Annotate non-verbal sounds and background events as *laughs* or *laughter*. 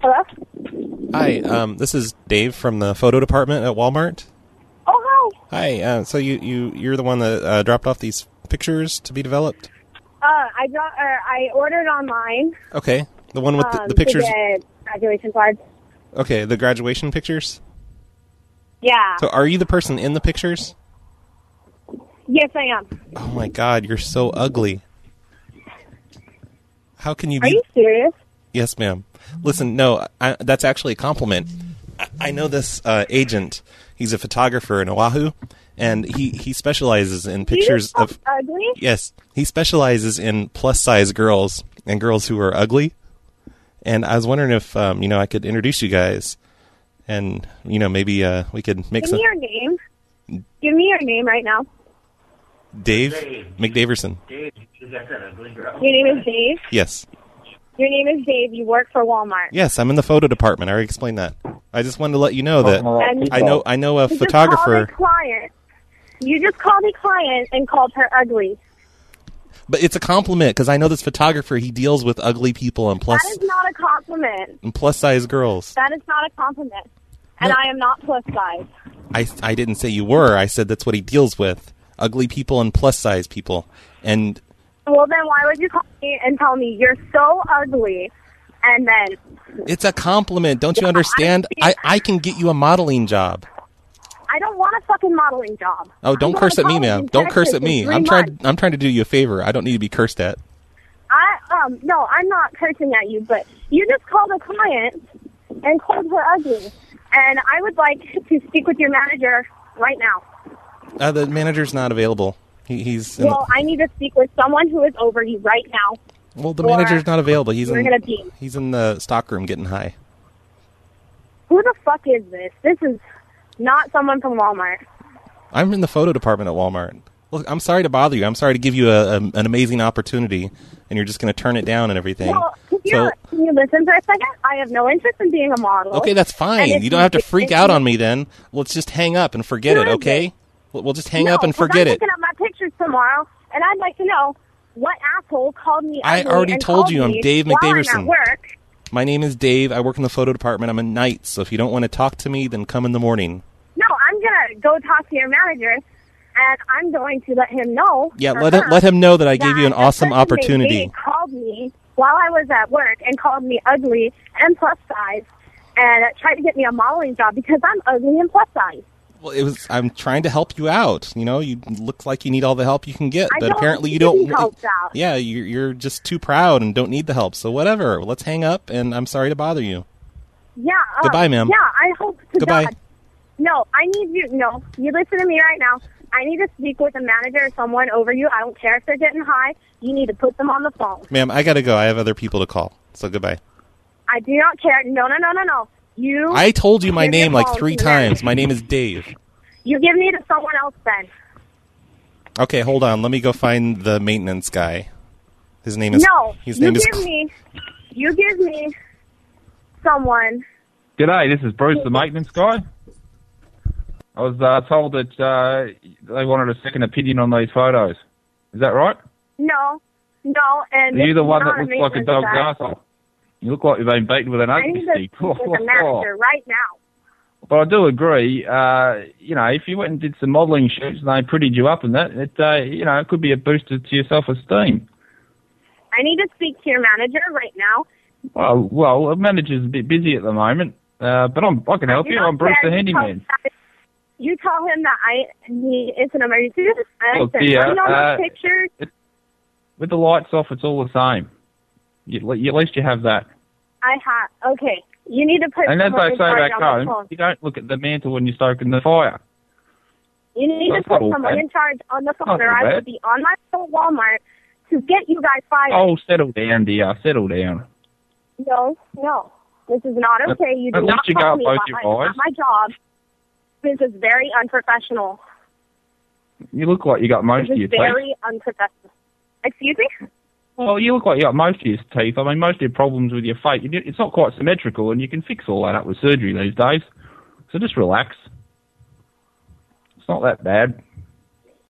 Hello? Hi, um, this is Dave from the photo department at Walmart. Oh, Hi, uh, so you, you, you're the one that uh, dropped off these pictures to be developed? hi. Uh, I got, or I ordered online. Okay. The one with the, um, the pictures? To get graduation cards. Okay, the graduation pictures? Yeah. So are you the person in the pictures? yes, I am. Oh my god, you're so ugly. How can you Are be... you serious? Yes, ma'am. Listen, no, I, that's actually a compliment. I, I know this uh, agent. He's a photographer in Oahu, and he, he specializes in pictures you uh, of. ugly. Yes, he specializes in plus size girls and girls who are ugly. And I was wondering if um, you know I could introduce you guys, and you know maybe uh, we could make Give some me your name. Give me your name right now. Dave McDaverson. Your name is Dave. Yes, Your name is Dave. You work for Walmart. yes, I'm in the photo department. I already explained that. I just wanted to let you know that And I know I know a you photographer. Just called a client. You just called a client and called her ugly. But it's a compliment because I know this photographer. He deals with ugly people and plus That is not a compliment. and plus size girls. That is not a compliment. And No. I am not plus size. I I didn't say you were. I said that's what he deals with: ugly people and plus size people. And Well, then why would you call me and tell me you're so ugly? And then it's a compliment. Don't you understand? I I can get you a modeling job. I don't want a fucking modeling job. Oh, I'm don't going curse to at me, college ma'am. in Don't Texas curse at in me. three I'm trying. months. I'm trying to do you a favor. I don't need to be cursed at. I um no, I'm not cursing at you, but you just called a client and called her ugly, and I would like to speak with your manager right now. Uh, the manager's not available. He, he's in Well, I need to speak with someone who is over you right now. the, well. The or manager's not available. He's we're in gonna be- he's in the stockroom getting high. Who the fuck is this? This is not someone from Walmart. I'm in the photo department at Walmart. Look, I'm sorry to bother you. I'm sorry to give you a, a, an amazing opportunity, and you're just going to turn it down and everything. Well, can you, so, can you listen for a second? I have no interest in being a model. okay, that's And fine. if You don't have to if freak you- out on me then. Let's just hang up and forget Who it, is okay? We'll we'll just hang No, up and 'cause forget I'm it. looking at my pictures tomorrow, and I'd like to know what asshole called me. I ugly already and told called you I'm me Dave while I'm McDaverson. at work. My name is Dave. I work in the photo department. I'm a night, so if you don't want to talk to me, then come in the morning. No, I'm gonna go talk to your manager, and I'm going to let him know. Yeah, or let her him, let him know that I gave you an that awesome the person named opportunity. Dave called me while I was at work and called me ugly and plus size, and tried to get me a modeling job because I'm ugly and plus size. Well, it was. I'm trying to help you out. You know, you look like you need all the help you can get, I but don't apparently you need don't. help out. Yeah, you're, you're just too proud and don't need the help. So whatever. Let's hang up, and I'm sorry to bother you. Yeah. uh, Goodbye, ma'am. Yeah, I hope to Goodbye. God. No, I need you. No, you listen to me right now. I need to speak with a manager or someone over you. I don't care if they're getting high. You need to put them on the phone. Ma'am, I gotta go. I have other people to call. So goodbye. I do not care. No, no, no, no, no. You. I told you my Give me a name like call. three Give me a- times. My name is Dave. You give me to someone else then. Okay, hold on. Let me go find the maintenance guy. His name is no. His you name is give me. You give me someone. G'day, this is Bruce, the maintenance guy. I was uh, told that uh, they wanted a second opinion on these photos. Is that right? No, no, and Are you the it's one not a that looks like a maintenance dog's guy. asshole? You look like you've been beaten with an I ugly need to stick. speak *laughs* *laughs* with a manager right now. But I do agree. Uh, you know, if you went and did some modelling shoots and they prettied you up and that, it uh, you know, it could be a booster to your self-esteem. I need to speak to your manager right now. Well, well, the manager's a bit busy at the moment, uh, but I'm, I can help You you. know, I'm Bruce the Sarah, you tell- handyman. You tell him that I he it's an emergency. I Oh, said, dear, "Let me know those uh, pictures. With the lights off, it's all the same. You, at least you have that. I have okay. You need to put And as someone I in say charge back on the home, phone. you don't look at the mantle when you're stoking the fire. You need to That's put not all someone bad. in charge on the phone, Not or all I will bad. be on my phone at Walmart to get you guys fired. Oh, settle down, dear. Settle down. No, no, this is not At- okay. You do at not least you call got me both about your my, eyes. about my job. This is very unprofessional. You look like you got most This of is your teeth. very unprofessional. Excuse me. Well, you look like you got most of your teeth. I mean, most of your problems with your face. you- It's not quite symmetrical, and you can fix all that up with surgery these days. So just relax. It's not that bad.